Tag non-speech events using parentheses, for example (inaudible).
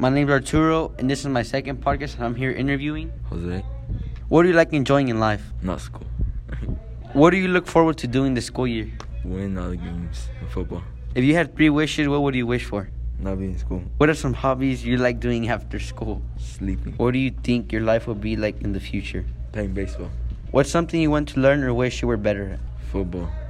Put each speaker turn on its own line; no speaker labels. My name is Arturo, and this is my second podcast, and I'm here interviewing.
Jose,
What do you like enjoying in life?
not school.
What do you look forward to doing this school year?
(laughs) Win all the games in football.
If you had three wishes, what would you wish for?
Not being in school.
What are some hobbies you like doing after school?
Sleeping.
What do you think your life will be like in the future?
Playing baseball.
What's something you want to learn or wish you were better at?
Football.